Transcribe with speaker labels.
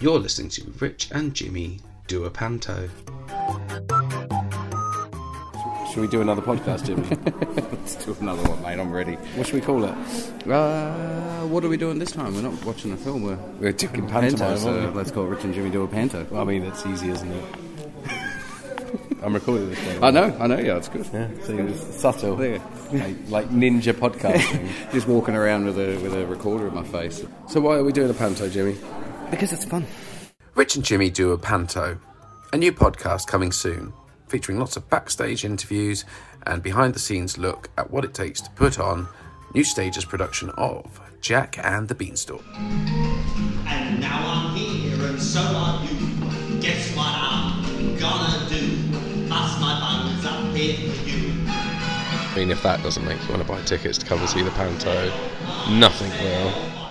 Speaker 1: You're listening to Rich and Jimmy do a panto.
Speaker 2: Should we do another podcast, Jimmy?
Speaker 3: Let's do another one, mate. I'm ready.
Speaker 2: what should we call it?
Speaker 3: Uh, what are we doing this time? We're not watching a film. We're,
Speaker 2: We're doing pantomime.
Speaker 3: so
Speaker 2: aren't
Speaker 3: let's call Rich and Jimmy do a panto.
Speaker 2: we? I mean, it's easy, isn't it? I'm recording this. Thing.
Speaker 3: I know, I know. Yeah, it's good.
Speaker 2: Yeah, see, it's subtle,
Speaker 3: There.
Speaker 2: like, like ninja podcasting.
Speaker 3: Just walking around with a with a recorder in my face.
Speaker 2: so why are we doing a panto, Jimmy?
Speaker 3: Because it's fun.
Speaker 1: Rich and Jimmy do a panto, a new podcast coming soon, featuring lots of backstage interviews and behind the scenes look at what it takes to put on New Stages production of Jack and the Beanstalk.
Speaker 4: And now I'm here, and so are you. Guess what I'm gonna do? Pass my bundles up here for you.
Speaker 5: I mean, if that doesn't make you want to buy tickets to come and see the Panto, nothing will.